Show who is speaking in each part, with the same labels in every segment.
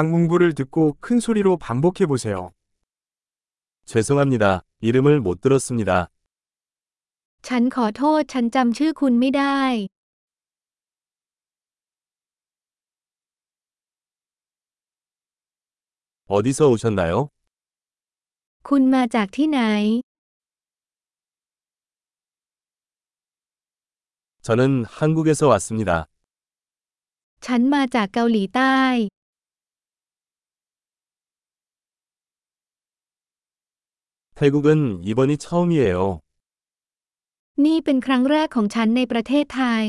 Speaker 1: 강문부를 듣고 큰 소리로 반복해 보세요.
Speaker 2: 죄송합니다. 이름을 못 들었습니다.
Speaker 3: ฉันขอโทษฉันจำชื่อคุณไม่ได้
Speaker 2: 어디서 오셨나요?
Speaker 3: คุณมาจากที่ไหน
Speaker 2: 저는 한국에서 왔습니다.
Speaker 3: ฉันมาจากเกาหลีใต้
Speaker 2: 태국은 이번이 처음이에요.
Speaker 3: นี่เป็นครั้งแรกของฉันในประเทศไทย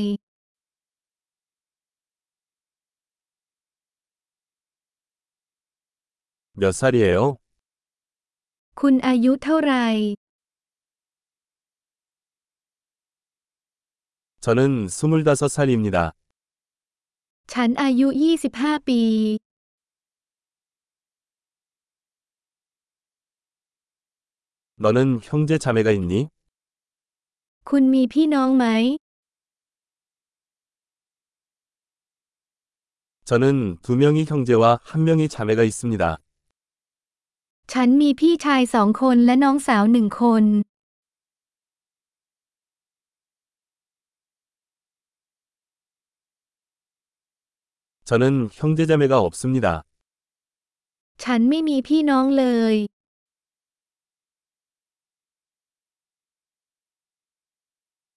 Speaker 2: 몇 살이에요?
Speaker 3: คุณอายุเท่าไหร่
Speaker 2: 저는 25살입니다.
Speaker 3: ฉันอายุ 25 ปี
Speaker 2: 너는 형제 자매가 있니?
Speaker 3: คุณมีพี่น้องไหม
Speaker 2: 저는 두 명이 형제와 한 명이 자매가 있습니다.
Speaker 3: ฉันมีพี่ชายสองคนและน้องสาวหนึ่งคน
Speaker 2: 저는 형제 자매가 없습니다.
Speaker 3: ฉันไม่มีพี่น้องเลย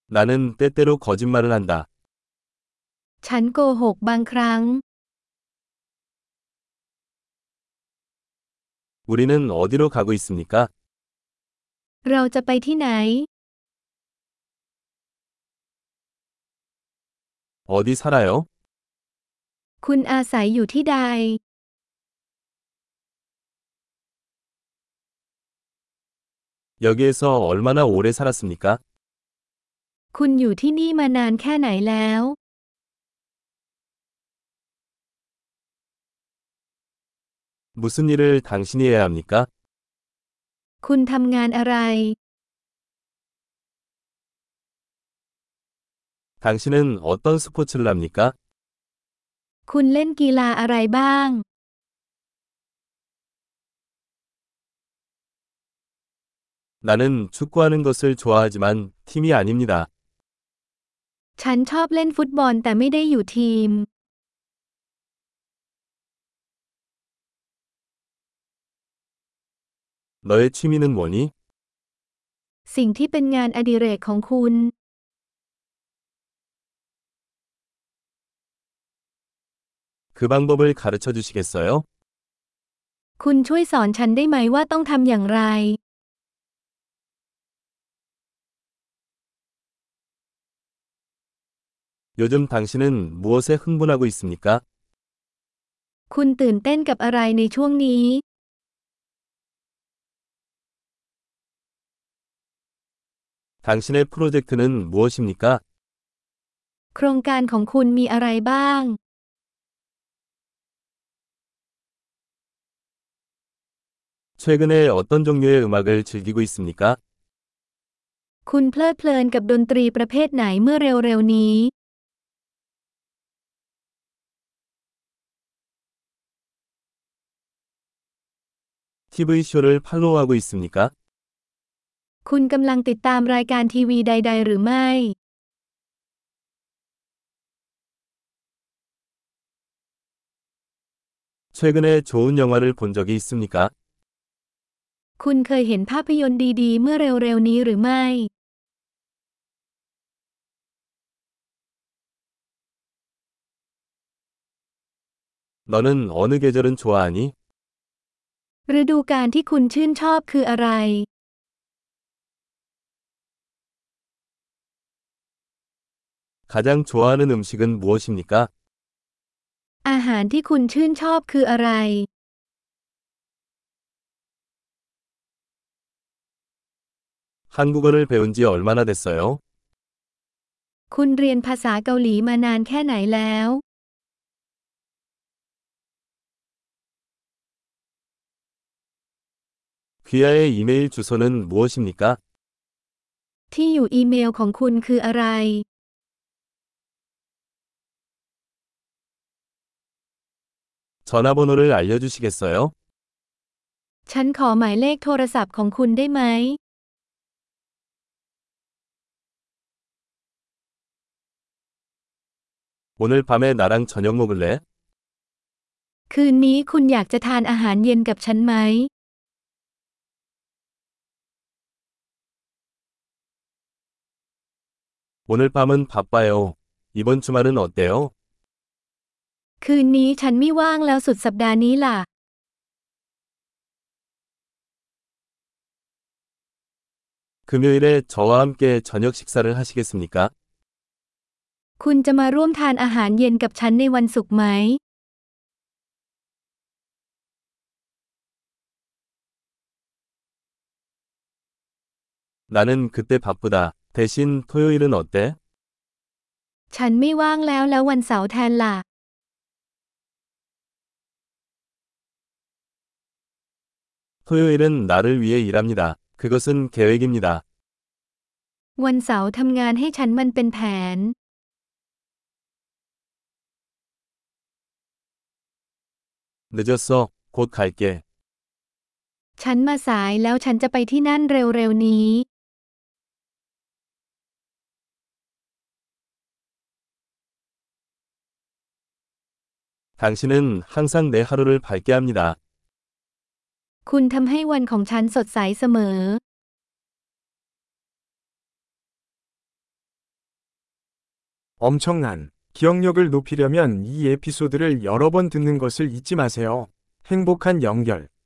Speaker 2: 나는 때때로 거짓말을 한다.
Speaker 3: ฉันโกหกบางครั้ง
Speaker 2: 우리는 어디로 가고 있습니까?
Speaker 3: เราจะไปที่ไหน
Speaker 2: 어디 살아요?
Speaker 3: คุณอาศัยอยู่ที่ใด
Speaker 2: 여기에서 얼마나 오래 살았습니까?
Speaker 3: คุณอยู่ที่นี่มานานแค่ไหนแล้ว
Speaker 2: 무슨 일을 당신이 해야 합니까?
Speaker 3: คุณทำงานอะไร
Speaker 2: 당신은 어떤 스포츠를 합니까?
Speaker 3: คุณเล่นกีฬาอะไรบ้าง
Speaker 2: 나는 축구하는 것을 좋아하지만 팀이 아닙니다.
Speaker 3: ฉันชอบเล่นฟุตบอลแต่ไม่ได้อยู่ทีม
Speaker 2: 너의 취미는 뭐니?
Speaker 3: สิ่งที่เป็นงานอดิเรกของคุณ
Speaker 2: 그 방법을 가르쳐 주시겠어요?
Speaker 3: คุณช่วยสอนฉันได้ไหมว่าต้องทำอย่างไร
Speaker 2: 요즘 당신은 무엇에 흥분하고 있습니까?
Speaker 3: คุณตื่นเต้นกับอะไรในช่วงนี้
Speaker 2: 당신의 프로젝트는 무엇입니까?
Speaker 3: โครงการของคุณมีอะไรบ้าง
Speaker 2: 최근에 어떤 종류의 음악을 즐기고 있습니까?
Speaker 3: คุณเพลิดเพลินกับดนตรีประเภทไหนเมื่อเร็วๆนี้
Speaker 2: TV 쇼를 팔로우하고 있습니까?
Speaker 3: คุณกำลังติดตามรายการทีวีใด ๆ หรือไม่
Speaker 2: 최근에 좋은 영화를 본 적이 있습니까?
Speaker 3: คุณเคยเห็นภาพยนตร์ดี ๆ เมื่อเร็วๆนี้หรือไม่
Speaker 2: 너는 어느 계절은 좋아하니?
Speaker 3: ฤดูกาลที่คุณชื่นชอบคืออะไร
Speaker 2: 가장 좋아하는 음식은 무엇입니까?
Speaker 3: อาหารที่คุณชื่นชอบคืออะไร
Speaker 2: 한국어를 배운 지 얼마나 됐어요?
Speaker 3: คุณเรียนภาษาเกาหลีมานานแค่ไหนแล้ว
Speaker 2: 귀하의 이메일 주소는 무엇입니까?
Speaker 3: ที่อยู่อีเมลของคุณคืออะไร
Speaker 2: 저는 전화번호를 알려주시겠어요?
Speaker 3: ฉันขอหมายเลขโทรศัพท์ของคุณได้ไหม
Speaker 2: 오늘 밤에 나랑 저녁 먹을래?
Speaker 3: คืนนี้คุณอยากจะทานอาหารเย็นกับฉันไหม
Speaker 2: 오늘 밤은 바빠요. 이번 주말은 어때요?
Speaker 3: คืนนี้ฉันไม่ว่างแล้วสุดสัปดาห์นี้ล่ะ
Speaker 2: 금요일에 저와 함께 저녁 식사를 하시겠습니까?
Speaker 3: คุณจะมาร่วมทานอาหารเย็นกับฉันในวันศุกร์ไหม
Speaker 2: 나는 그때 바쁘다. 대신 토요일은 어때?
Speaker 3: ฉันไม่ว่างแล้วแล้ววันเสาร์แทนล่ะ
Speaker 2: 토요일은 나를 위해 일합니다. 그것은 계획입니다.
Speaker 3: วันเสาร์ทำงานให้ฉันมันเป็นแผน
Speaker 2: 늦었어. 곧 갈게.
Speaker 3: ฉันมาสายแล้วฉันจะไปที่นั่นเร็วๆนี้
Speaker 2: 당신은 항상 내 하루를 밝게 합니다.
Speaker 3: คุณทำให้วันของฉันสดใสเสมอ
Speaker 1: 엄청난 기억력을 높이려면 이 에피소드를 여러 번 듣는 것을 잊지 마세요. 행복한 연결